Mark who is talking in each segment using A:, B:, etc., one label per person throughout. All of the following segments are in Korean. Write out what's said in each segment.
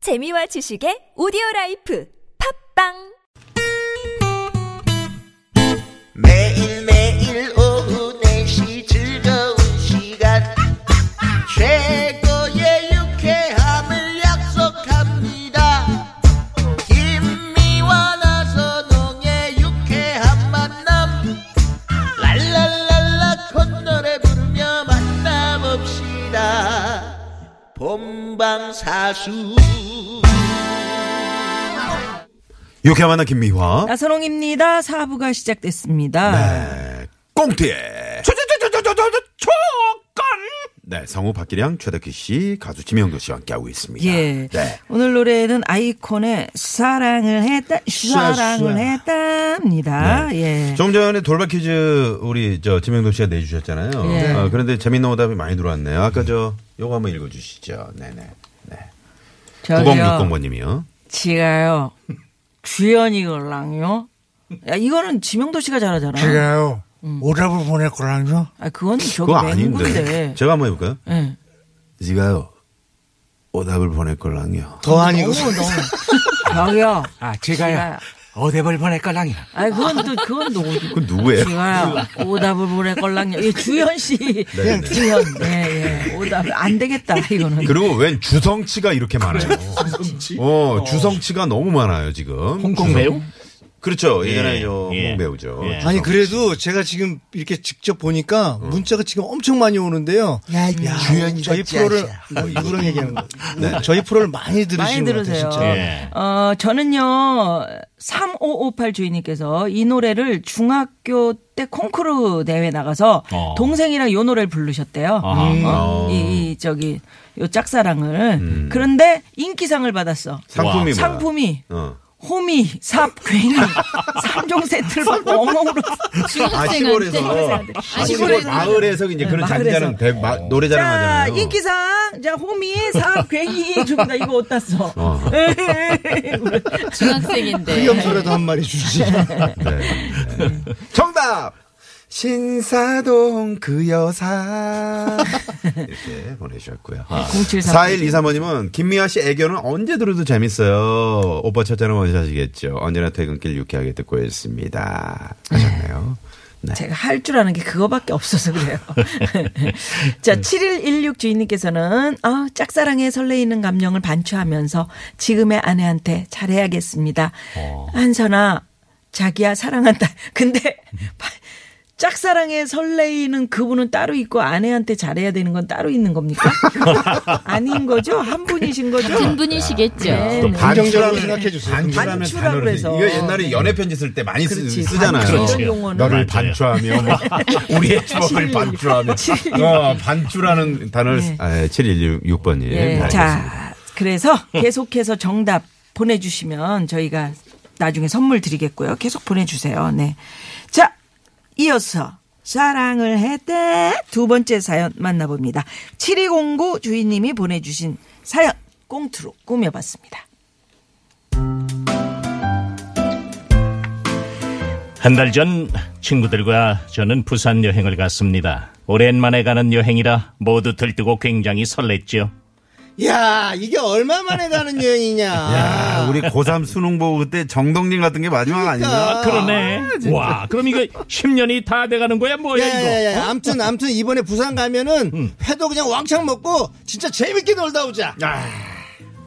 A: 재미와 지식의 오디오 라이프 팝빵
B: 매일매일 오후 4시 즐거운 시간 최고의 유쾌함을 약속합니다 김미와 나선홍의 유쾌한 만남 랄랄랄라 콧노래 부르며 만나봅시다 본방사수
C: 유쾌한 만남 김미화.
D: 아. 나선홍입니다. 사부가 시작됐습니다.
C: 네. 꽁트에. 초건. 네, 성우 박기량, 최덕기 씨, 가수 지명도 씨와 함께하고 있습니다.
D: 예.
C: 네.
D: 오늘 노래는 아이콘의 사랑을 했다, 사랑을 했답니다.
C: 네.
D: 예.
C: 조금 전에 돌발 퀴즈 우리 저 지명도 씨가 내주셨잖아요.
D: 예.
C: 어, 그런데 재밌는 오답이 많이 들어왔네요. 아까 저 요거 한번 읽어주시죠. 네네. 네. 뭐.
D: 저기요,
C: 9060번님이요.
D: 지가요, 주연이걸랑요. 야, 이거는 지명도 씨가 잘하잖아.
E: 제가요 오답을 보낼 거랑요
D: 아, 그건 저기
C: 그거
D: 맹구인데.
C: 아닌데. 제가 한번 해볼까요?
D: 예.
C: 지가요. 오답을 보낼 걸랑요.
E: 더하니고
D: 너무, 너무. 저기요.
F: 아, 제가요.
D: 제가요.
F: 어대벌 보낼 거랑요.
D: 아, 그건 또, 그건 누구지?
C: 그건 누구예요?
D: 제가요 오답을 보낼 걸랑요. 예, 주현 씨.
C: 네, 네.
D: 주현. 예, 예. 오답 안 되겠다, 이거는.
C: 그리고 웬 주성치가 이렇게 많아요. 어, 주성치가 너무 많아요, 지금.
F: 홍콩
C: 주성-
F: 배우?
C: 그렇죠. 예전에
F: 예,
C: 저 홍콩
F: 예.
C: 배우죠.
F: 예.
C: 주성치.
E: 아니 그래도 제가 지금 이렇게 직접 보니까 문자가 지금 엄청 많이 오는데요. 음,
B: 야,
E: 저희 프로를 난 누구랑 얘기하는 거? 네. 저희 프로를 많이 들으시는
D: 많이
E: 것 같아요.
D: 들으세요.
E: 진짜.
F: 예.
D: 어, 저는요, 3558 주인님께서 이 노래를 중학교 때 콩쿠르 대회 나가서
F: 어.
D: 동생이랑 요 노래를 부르셨대요.
F: 아하.
D: 어,
C: 음.
D: 이, 이, 저기, 요 짝사랑을. 그런데 인기상을 받았어.
C: 상품이 뭐야?
D: 상품이.
C: 어.
D: 호미, 삽, 괭이, 삼종 세트를 받고 엉엉으로.
C: 아, 시골에서. 아, 시골 마을에서 이제 그런
D: 마을에서.
C: 장자랑 대, 마, 노래자랑
D: 자,
C: 하잖아요.
D: 인기상. 자, 호미, 삽, 괭이. 줍니다. 이거 어디다 써?
C: 어.
E: 흑염소라도한 마리 주지.
C: 정답! 신사동 그 여사. 아. 이렇게 보내주셨고요.
D: 073.
C: 4123번님은 김미아 씨 애교는 언제 들어도 재밌어요. 오빠 첫째는 원샷이겠죠. 언제나 퇴근길 유쾌하게 듣고 있습니다. 하셨네요. 네.
D: 제가 할 줄 아는 게 그거밖에 없어서 그래요.
C: 네.
D: 자, 7116 주인님께서는 아, 짝사랑에 설레이는 감정을 반추하면서 지금의 아내한테 잘해야겠습니다.
C: 어.
D: 한선아, 자기야 사랑한다. 근데 바- 짝사랑에 설레이는 그분은 따로 있고 아내한테 잘해야 되는 건 따로 있는 겁니까? 아닌 거죠? 한 분이신 거죠?
G: 같은 분이시겠죠.
D: 네, 네.
E: 긍정적으로 생각해 주세요.
C: 반추라면
D: 반추라고
C: 단어를
D: 해서.
C: 이거 옛날에 연애 편지 쓸 때 많이 쓰,
D: 그렇지.
C: 잖아요 그러니까
D: 반추 이런 용어는.
C: 너를
F: 맞아요.
C: 반추하며 막 우리의 추억을 반추하며 어, 반추라는 단어를 쓰- 아, 7116번님.
D: 예,
C: 네, 알겠습니다. 예.
D: 자, 그래서 계속해서 정답 보내주시면 저희가 나중에 선물 드리겠고요. 계속 보내주세요. 네. 자, 이어서 사랑을 했대 두 번째 사연 만나봅니다. 7209 주인님이 보내주신 사연 꽁트로 꾸며봤습니다.
H: 한 달 전 친구들과 저는 부산 여행을 갔습니다. 오랜만에 가는 여행이라 모두 들뜨고 굉장히 설렜죠.
E: 야 이게 얼마 만에 가는 여행이냐.
C: 야, 우리 고3 수능 보고 그때 정동진 같은 게 마지막 아니냐?
H: 그러네. 와, 그럼 이거 10년이 다 돼가는 거야, 뭐야, 이거.
E: 야야야. 음. 암튼 암튼 이번에 부산 가면은 회도 그냥 왕창 먹고 진짜 재밌게 놀다 오자.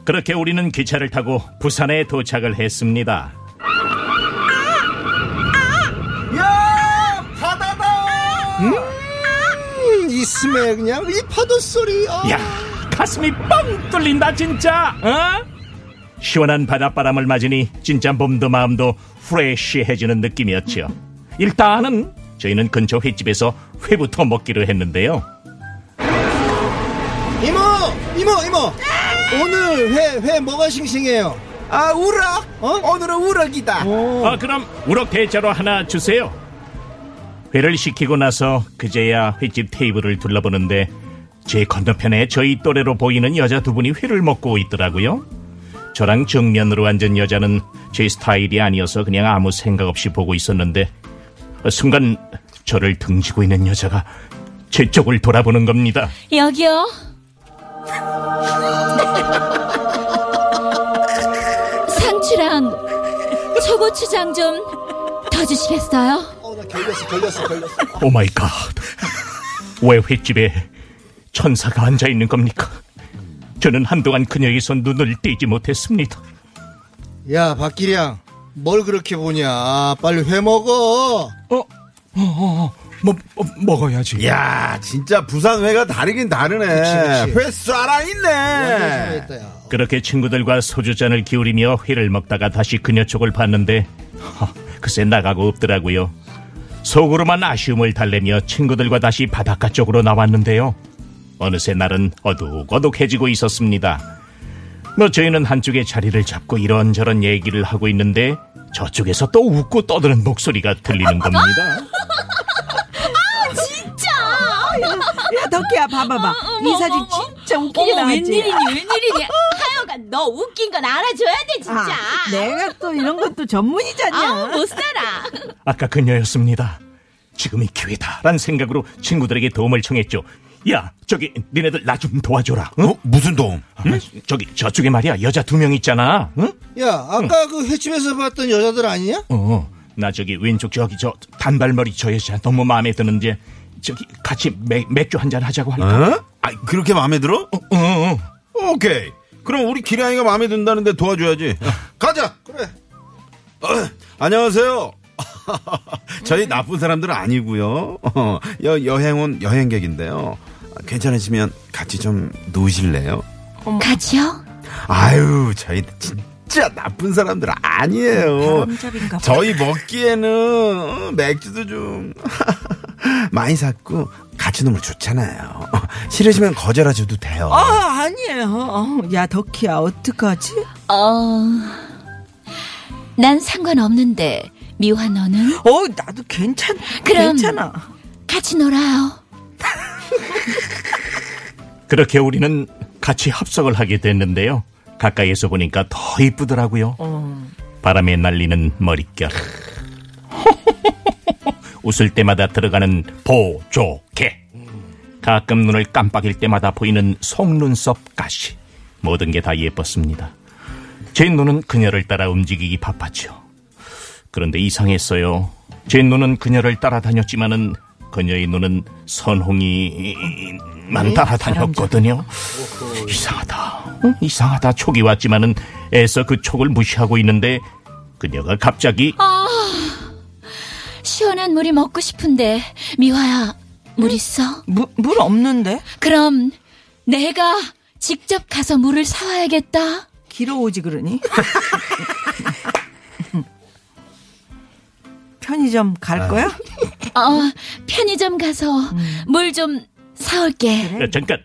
H: 그렇게 우리는 기차를 타고 부산에 도착을 했습니다.
E: 음, 이 스멜 그냥 이 파도 소리. 아.
H: 야 가슴이 뻥 뚫린다, 진짜. 어? 시원한 바닷바람을 맞으니 진짜 몸도 마음도 프레쉬해지는 느낌이었죠. 일단은 저희는 근처 횟집에서 회부터 먹기로 했는데요.
E: 이모! 이모! 이모! 오늘 회, 회 뭐가 싱싱해요?
B: 아 우럭
E: 어?
B: 오늘은 우럭이다
H: 아, 그럼 우럭 대자로 하나 주세요. 회를 시키고 나서 그제야 횟집 테이블을 둘러보는데 제 건너편에 저희 또래로 보이는 여자 두 분이 회를 먹고 있더라고요. 저랑 정면으로 앉은 여자는 제 스타일이 아니어서 그냥 아무 생각 없이 보고 있었는데 어, 순간 저를 등지고 있는 여자가 제 쪽을 돌아보는 겁니다.
G: 여기요.
F: 고추랑 초고추장 좀 더 주시겠어요?
E: 어, 나 걸렸어, 걸렸어, 걸렸어.
H: 오 마이 갓. Oh 왜 횟집에 천사가 앉아 있는 겁니까? 저는 한동안 그녀에게서 눈을 떼지 못했습니다.
E: 야, 박기량. 뭘 그렇게 보냐. 아, 빨리 회 먹어.
H: 뭐, 뭐 먹어야지.
C: 야 진짜 부산회가 다르긴 다르네.
E: 그치, 그치.
C: 회 살아있네.
E: 완전 잘했다, 야.
H: 그렇게 친구들과 소주잔을 기울이며 회를 먹다가 다시 그녀 쪽을 봤는데 하, 글쎄 나가고 없더라고요. 속으로만 아쉬움을 달래며 친구들과 다시 바닷가 쪽으로 나왔는데요. 어느새 날은 어둑어둑해지고 있었습니다. 뭐 저희는 한쪽에 자리를 잡고 이런저런 얘기를 하고 있는데 저쪽에서 또 웃고 떠드는 목소리가 들리는 겁니다.
D: 야, 덕희야, 봐봐봐.
F: 어,
D: 이 사진 진짜 웃기게
F: 어머,
D: 나왔지?
F: 웬일이니 웬일이니 하여간 너 웃긴 건 알아줘야 돼 진짜
D: 아, 내가 또 이런 것도 전문이잖냐.
F: 아우 못 살아
H: 아까 그녀였습니다. 지금이 기회다란 생각으로 친구들에게 도움을 청했죠. 야, 저기 니네들 나 좀 도와줘라. 응?
C: 어? 무슨 도움? 아,
H: 응? 저기 저쪽에 말이야 여자 두 명 있잖아. 응?
E: 야, 아까 그 횟집에서 봤던 여자들 아니냐?
H: 어, 나 저기 왼쪽 저기 저 단발머리 저 여자 너무 마음에 드는데 저기 같이 맥, 맥주 한 잔 하자고 할까?
C: 어? 아 그렇게 마음에 들어? 오케이. 그럼 우리 기량이가 마음에 든다는데 도와줘야지. 가자.
E: 그래.
C: 어, 안녕하세요. 저희 나쁜 사람들은 아니고요. 어, 여 여행 온 여행객인데요. 아, 괜찮으시면 같이 좀 노실래요?
F: 같이요?
C: 아유, 저희 진짜 나쁜 사람들
D: 어,
F: 뭐.
C: 아니에요.
D: 바람잡인가 봐.
C: 저희 먹기에는 맥주도 좀 많이 샀고 같이 놀면 좋잖아요. 싫으시면 거절하셔도 돼요.
D: 아, 아니에요. 어, 야, 덕희야, 어떡하지?
F: 어난 상관없는데 미화 너는?
D: 어, 나도 괜찮,
F: 그럼.
D: 괜찮아.
F: 같이 놀아요
H: 그렇게 우리는 같이 합석을 하게 됐는데요. 가까이에서 보니까 더 이쁘더라고요. 바람에 날리는 머릿결. 웃을 때마다 들어가는 보조개. 가끔 눈을 깜빡일 때마다 보이는 속눈썹 가시. 모든 게 다 예뻤습니다. 제 눈은 그녀를 따라 움직이기 바빴죠. 그런데 이상했어요. 제 눈은 그녀를 따라다녔지만은 그녀의 눈은
D: 네,
H: 선홍이만 따라다녔거든요. 이상하다. 응? 이상하다. 촉이 왔지만은 애써 그 촉을 무시하고 있는데 그녀가 갑자기
F: 아. 시원한 물이 먹고 싶은데 미화야 물 있어?
D: 물, 물 없는데?
F: 그럼 내가 직접 가서 물을 사와야겠다
D: 길어오지 그러니? 편의점 갈
C: 아.
D: 거야?
F: 어, 편의점 가서 물 좀 사올게.
H: 야, 잠깐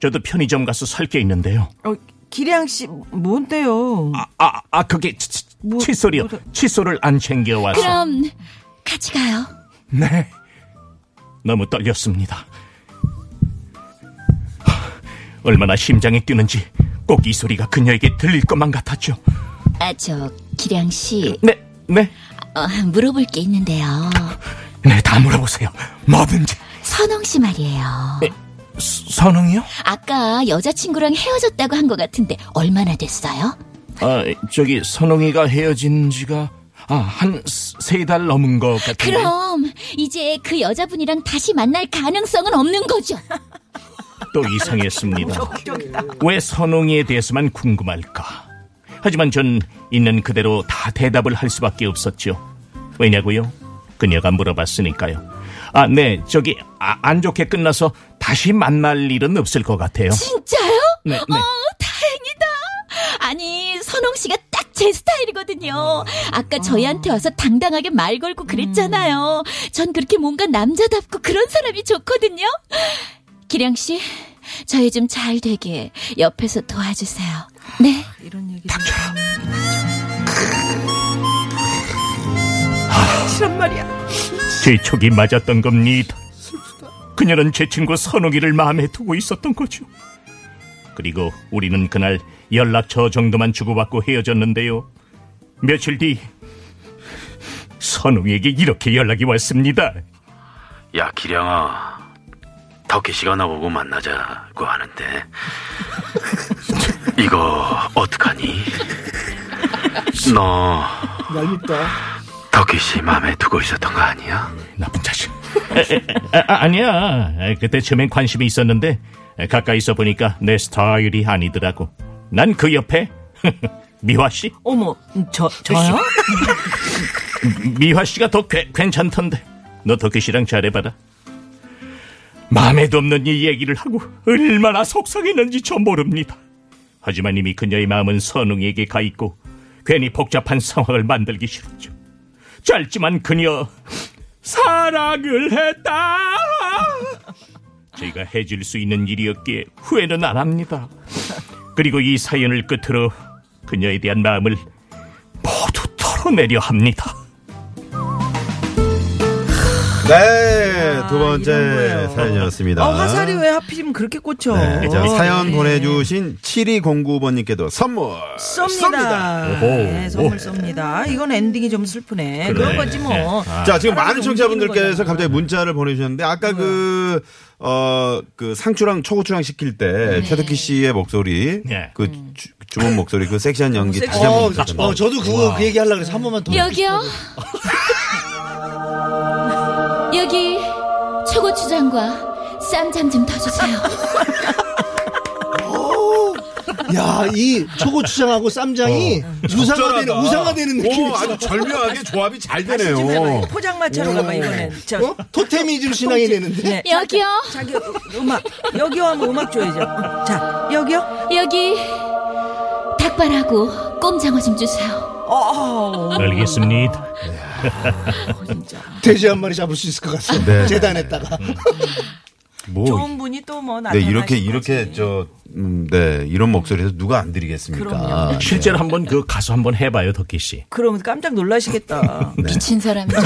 H: 저도 편의점 가서 살 게 있는데요.
D: 어, 기량 씨, 뭔데요?
H: 아, 아, 아 그게 치, 치,
D: 뭐,
H: 칫솔이요.
D: 뭐래.
H: 칫솔을 안 챙겨와서.
F: 그럼 같이 가요.
H: 네. 너무 떨렸습니다. 하, 얼마나 심장이 뛰는지 꼭 이 소리가 그녀에게 들릴 것만 같았죠.
F: 아, 저 기량 씨
H: 네, 네,
F: 어, 물어볼 게 있는데요.
H: 네, 다 물어보세요. 뭐든지.
F: 선홍 씨
H: 네.
F: 말이에요.
H: 선홍이요?
F: 아까 여자친구랑 헤어졌다고 한 것 같은데 얼마나 됐어요?
H: 아, 저기 선홍이가 헤어진 지가 아, 한 세 달 넘은 것 같은데.
F: 그럼 이제 그 여자분이랑 다시 만날 가능성은 없는 거죠.
H: 또 이상했습니다. 왜 선홍이에 대해서만 궁금할까? 하지만 전 있는 그대로 다 대답을 할 수밖에 없었죠. 왜냐고요? 그녀가 물어봤으니까요. 아, 네, 저기 아, 안 좋게 끝나서 다시 만날 일은 없을 것 같아요.
F: 진짜요?
H: 네, 네.
F: 어, 다행이다. 아니, 선홍 씨가 딱 제 스타일이거든요. 아까 저희한테 와서 당당하게 말
H: 음.
F: 걸고 그랬잖아요. 전 그렇게 뭔가 남자답고 그런 사람이 좋거든요. 기량 씨, 저희 좀 잘 되게 옆에서 도와주세요. 네.
D: 이런 얘기. 닥쳐라. 실한 말이야.
H: 제 촉이 맞았던 겁니다. 그녀는 제 친구 선홍이를 마음에 두고 있었던 거죠. 그리고 우리는 그날 연락처 정도만 주고받고 헤어졌는데요. 며칠 뒤 선홍에게 이렇게 연락이 왔습니다.
G: 야 기량아 덕희 씨가 나보고 만나자고 하는데 이거 어떡하니? 너
E: 얄밉다.
G: 덕희 씨 마음에 두고 있었던 거 아니야?
H: 나쁜 자식. 에, 에, 아, 아니야. 에, 그때 처음엔 관심이 있었는데 에, 가까이서 보니까 내 스타일이 아니더라고. 난 그 옆에 미화 씨,
D: 어머, 저, 저요?
H: 미화 씨가 더 괴- 괜찮던데. 너 덕희 씨랑 잘해봐라. 마음에도 없는 이 얘기를 하고 얼마나 속상했는지 전 모릅니다. 하지만 이미 그녀의 마음은 선웅에게 가 있고 괜히 복잡한 상황을 만들기 싫었죠. 짧지만 그녀 사랑을 했다. 제가 해줄 수 있는 일이었기에 후회는 안 합니다. 그리고 이 사연을 끝으로 그녀에 대한 마음을 모두 털어내려 합니다.
C: 네, 두
D: 아, 이런
C: 번째
D: 거예요.
C: 사연이었습니다.
D: 아, 화살이 왜 하필이면 그렇게 꽂혀?
C: 네, 자, 사연
D: 네.
C: 보내주신 7209번님께도 선물
D: 쏩니다.
H: 오호.
D: 네, 선물
H: 오.
D: 쏩니다. 이건 엔딩이 좀 슬프네. 그런 거지 뭐.
C: 자, 지금
D: 사람이
C: 많은
D: 움직이는
C: 청자분들께서
D: 거잖아. 네.
C: 갑자기 문자를 보내주셨는데, 아까 그, 어, 그 상추랑 초고추랑 시킬
D: 네.
C: 때, 최덕희 씨의 목소리,
H: 네.
C: 그
D: 음.
C: 주, 주문 목소리, 그 섹시한 연기 다시 한번
E: 어,
C: 부탁드립니다.
E: 어, 저도 그거 그 얘기 하려고 그래서 한 번만 더.
F: 여기요. 여기 초고추장과 쌈장 좀 더 주세요.
E: 야, 이 초고추장하고 쌈장이
B: 어.
E: 우상화되는,
C: 적절하다.
E: 우상화되는 느낌이
C: 오,
E: 있어.
C: 아주 절묘하게 조합이 잘 되네요.
D: 지금 잠깐만, 포장마차로 가봐, 이번엔. 저,
E: 어? 토테미즘 신앙이 되는데.
D: 네.
F: 여기요.
D: 자기 음악. 여기요 하면 음악 줘야죠. 자, 여기요?
F: 여기 닭발하고 꼼장어 좀 주세요.
D: 어,
C: 네.
H: 알겠습니다.
D: 진짜.
E: 돼지 한 마리 잡을 수 있을 것 같아요.
C: 네.
E: 재단했다가.
C: 뭐,
D: 좋은 분이 또 뭐 나타나
C: 네, 이렇게, 이렇게, 저, 음, 네, 이런 목소리에서 누가 안 드리겠습니까?
D: 그럼요.
H: 실제로 한번 그 가수 한번 해봐요, 덕기 씨.
D: 그럼 깜짝 놀라시겠다.
F: 미친 사람이죠.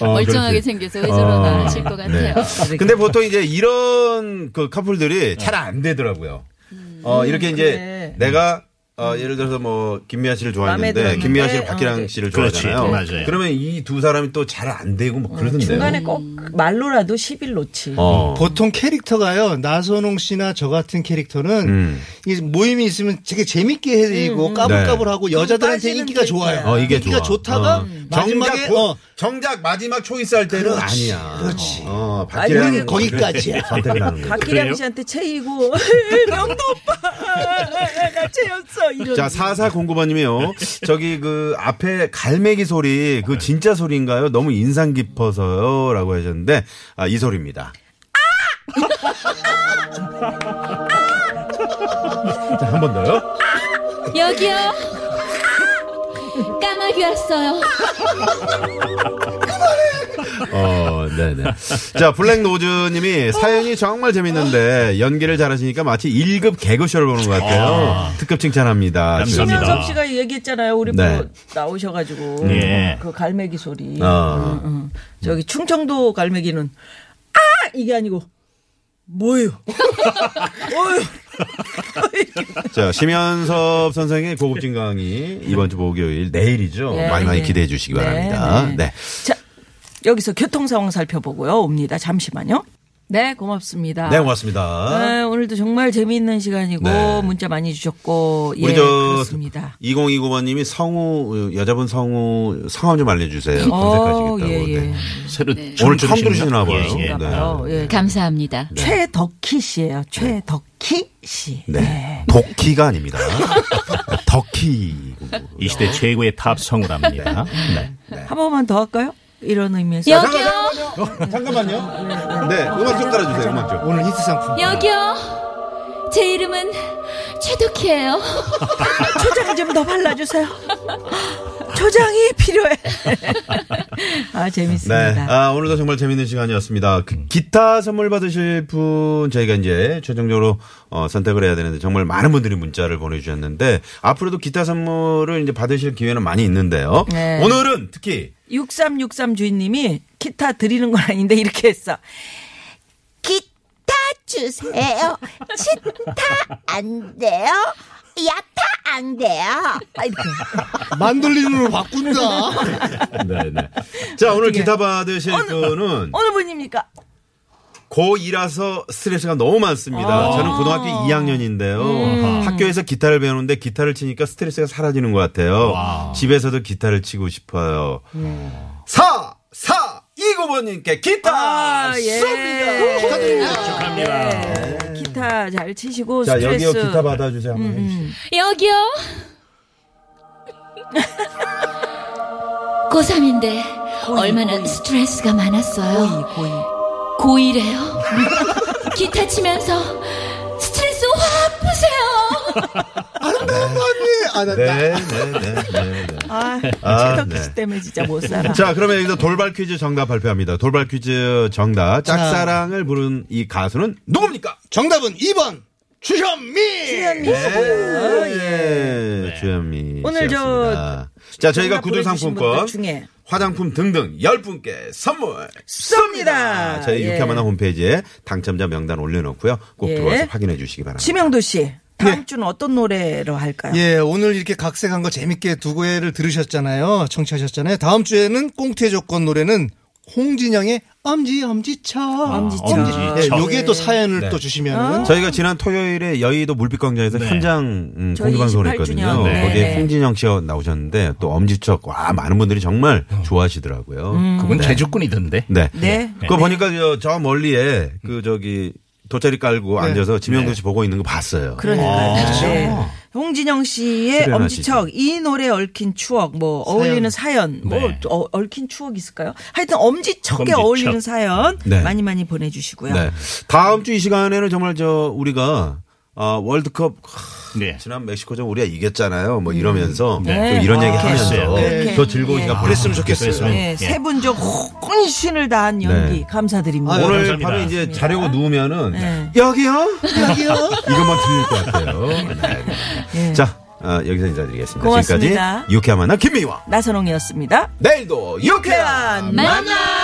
C: 어,
F: 멀쩡하게
C: 그렇지.
F: 생겨서 의존을
C: 어.
F: 안 하실 것
C: 네.
F: 같아요.
C: 근데 보통 이제 이런 그 커플들이 잘 안 되더라고요. 어, 이렇게 이제
D: 그래.
C: 내가 어, 예를 들어서 뭐 김미아 씨를 좋아했는데
D: 마음에 들었는데,
C: 김미아 씨를
D: 어,
C: 박기랑
D: 네.
C: 씨를
H: 그렇지,
C: 좋아하잖아요.
H: 네, 맞아요.
C: 그러면 이 두 사람이 또 잘 안 되고 막 그러던데요.
D: 중간에 꼭 말로라도 10일 놓지.
C: 네. 어.
E: 보통 캐릭터가요 나선홍 씨나 저 같은 캐릭터는
C: 음.
E: 이 모임이 있으면 되게 재밌게 해드리고 까불까불하고 여자들한테
D: 빠지는
E: 인기가 좋아요.
D: 캐릭터야.
C: 어, 이게
E: 인기가
C: 좋아.
E: 좋다가
C: 어.
E: 마지막에
C: 정작, 보-
E: 어,
C: 정작 마지막 초이스 할 때는
E: 그렇지,
C: 아니야.
E: 그렇지.
C: 어,
E: 우리는
C: 박기랑
E: 음, 거기까지야.
C: 선택을 하는 거죠.
D: 박기량
H: 그래요?
D: 씨한테 채이고 명도 오빠가 채였어. 이런.
C: 자, 4409번님이요. 저기 그 앞에 갈매기 소리, 그 진짜 소리인가요? 너무 인상 깊어서요. 라고 하셨는데, 아, 이 소리입니다. 자, 한 번 더요.
F: 여기요. 까마귀 왔어요.
C: 어, 네네. 자, 블랙노즈님이 사연이 정말 재밌는데, 연기를 잘하시니까 마치 1급 개그쇼를 보는 것 같아요. 특급 칭찬합니다.
H: 감사합니다.
D: 김현석 씨가 얘기했잖아요. 우리
C: 네.
D: 뭐 나오셔가지고
H: 예.
D: 그 갈매기 소리.
C: 어.
D: 음. 저기 충청도 갈매기는 아 이게 아니고 뭐예요? 어휴.
C: 자, 심현섭 선생의 고급진 강의 이번 주 목요일 내일이죠.
D: 예,
C: 많이 많이
D: 예.
C: 기대해 주시기
D: 네,
C: 바랍니다.
D: 네.
C: 네.
D: 자 여기서 교통 상황 살펴보고요. 옵니다. 잠시만요. 네 고맙습니다.
C: 네, 고맙습니다.
D: 네, 오늘도 정말 재미있는 시간이고
C: 네.
D: 문자 많이 주셨고 예
C: 우리 저
D: 그렇습니다.
C: 2029번님이 성우 여자분 성우 성함 좀 알려주세요.
D: 어,
C: 검색하시겠다고.
D: 예, 예.
C: 네.
H: 새로
C: 오늘 처음 들으시나 봐요.
H: 예, 예.
C: 네.
D: 봐요. 예.
F: 감사합니다.
D: 최덕희 씨예요. 최덕희 씨.
C: 네. 도키가 아닙니다. 덕키.
H: 이 시대 최고의 탑 성우랍니다. 네.
D: 한 번만 더 할까요? 이런 의미에서.
F: 여기요.
C: 잠깐만요. 네, 음악 좀 깔아주세요. 음악 좀.
E: 오늘 히트 상품.
F: 여기요. 제 이름은 최덕희예요.
D: 초장 좀 더 발라주세요. 초장이 필요해. 아 재밌습니다. 음.
C: 네. 아, 오늘도 정말 재밌는 시간이었습니다. 그 기타 선물 받으실 분 저희가 이제 최종적으로 어, 선택을 해야 되는데 정말 많은 분들이 문자를 보내주셨는데 앞으로도 기타 선물을 이제 받으실 기회는 많이 있는데요.
D: 네.
C: 오늘은 특히
D: 6363 주인님이 기타 드리는 건 아닌데 이렇게 했어.
I: 기타 주세요. 치타 안 돼요. 야타 안 돼요.
D: 아, 이렇게.
E: 만돌림으로 바꾼다.
D: 네,
C: 네네. 자, 오늘 기타 받으실 분은
D: 뭐 어느 분입니까?
C: 고2라서 스트레스가 너무 많습니다. 저는 고등학교 2학년인데요. 학교에서 기타를 배우는데 기타를 치니까 스트레스가 사라지는 것 같아요. 집에서도 기타를 치고 싶어요. 4, 4, 29번님께 기타!
D: 아,
C: 아,
D: 예.
H: 축하합니다.
D: 예. 기타 잘 치시고
C: 네. 자,
D: 스트레스 음.
C: 여기요 기타 받아주세요. 한번 해주세요.
F: 여기요. 고3인데 얼마나 스트레스가 많았어요.
D: 고이 고이.
F: 고이래요. 기타 치면서 스트레스 확 푸세요.
E: 아름다운 밤이 아, 나, 나,
C: 네, 네, 네, 네, 네.
D: 아,
C: 아,
D: 최덕기
C: 네.
D: 씨 때문에 진짜 못 살아.
C: 자, 그러면 여기서 돌발 퀴즈 정답 발표합니다. 돌발 퀴즈 정답. 짝사랑을 부른 이 가수는 누굽니까?
E: 정답은 2번 주현미.
D: 주현미 씨.
C: 네, 예. 주현미.
D: 아, 오늘 저
C: 씨였습니다. 자, 저희가
D: 정답 보내주신 분들
C: 구두상품권.
D: 중에
C: 화장품 등등 10분께 선물
D: 쏩니다.
C: 저희
D: 예.
C: 유쾌한 만화 홈페이지에 당첨자 명단 올려놓고요. 꼭
D: 예.
C: 들어와서 확인해 주시기 바랍니다.
D: 심영도 씨 다음
C: 네.
D: 주는 어떤 노래로 할까요?
E: 예, 오늘 이렇게 각색한 거 재밌게 두 개를 들으셨잖아요. 청취하셨잖아요. 다음 주에는 꽁트의 조건 노래는 홍진영의 엄지 엄지척.
D: 엄지척.
E: 예,
H: 엄지척.
E: 요게 또 사연을
C: 네.
E: 또 주시면은
C: 저희가 지난 토요일에 여의도 물빛광장에서 현장 음,
D: 저희
C: 공개 방송을
D: 28주년.
C: 했거든요.
D: 네.
C: 거기에
D: 네.
C: 홍진영 씨가 나오셨는데 또 엄지척 와 많은 분들이 정말 좋아하시더라고요.
H: 그건 제주꾼이던데.
C: 네.
D: 음. 네.
C: 그거 보니까 저, 저 멀리에 그 저기 돗자리 깔고 앉아서 지명도 씨 보고 있는 거 봤어요.
D: 그러니까요. 네. 홍진영 씨의
C: 아. 출연하시죠.
D: 엄지척 이 노래에 얽힌 추억 뭐 어울리는 사연 뭐
H: 네.
D: 어, 얽힌 추억 있을까요? 하여튼 엄지척에
H: 엄지척.
D: 어울리는 사연
C: 네.
D: 많이 많이 보내주시고요.
C: 네. 다음 주 이 시간에는 정말 저 우리가 아, 월드컵 하,
H: 네.
C: 예. 지난 멕시코전 우리가 이겼잖아요. 뭐 이러면서
H: 네.
C: 또 이런 얘기
H: 그랬어요.
C: 하면서
D: 네.
C: 더 즐거우니까 그랬으면 좋겠어요.
H: 그랬으면
D: 네, 세분적 혼신을 다한 연기
C: 네.
D: 네. 감사드립니다.
C: 아, 오늘
H: 감사합니다.
C: 바로 이제 자려고 누우면은
D: 네.
C: 여기요 여기요 이것만 들릴 것 같아요. 네, 네. 자 아, 여기서 인사드리겠습니다.
D: 고맙습니다.
C: 지금까지 유쾌한 만남 김미화
D: 나선홍이었습니다.
C: 내일도 유쾌한
D: 만나.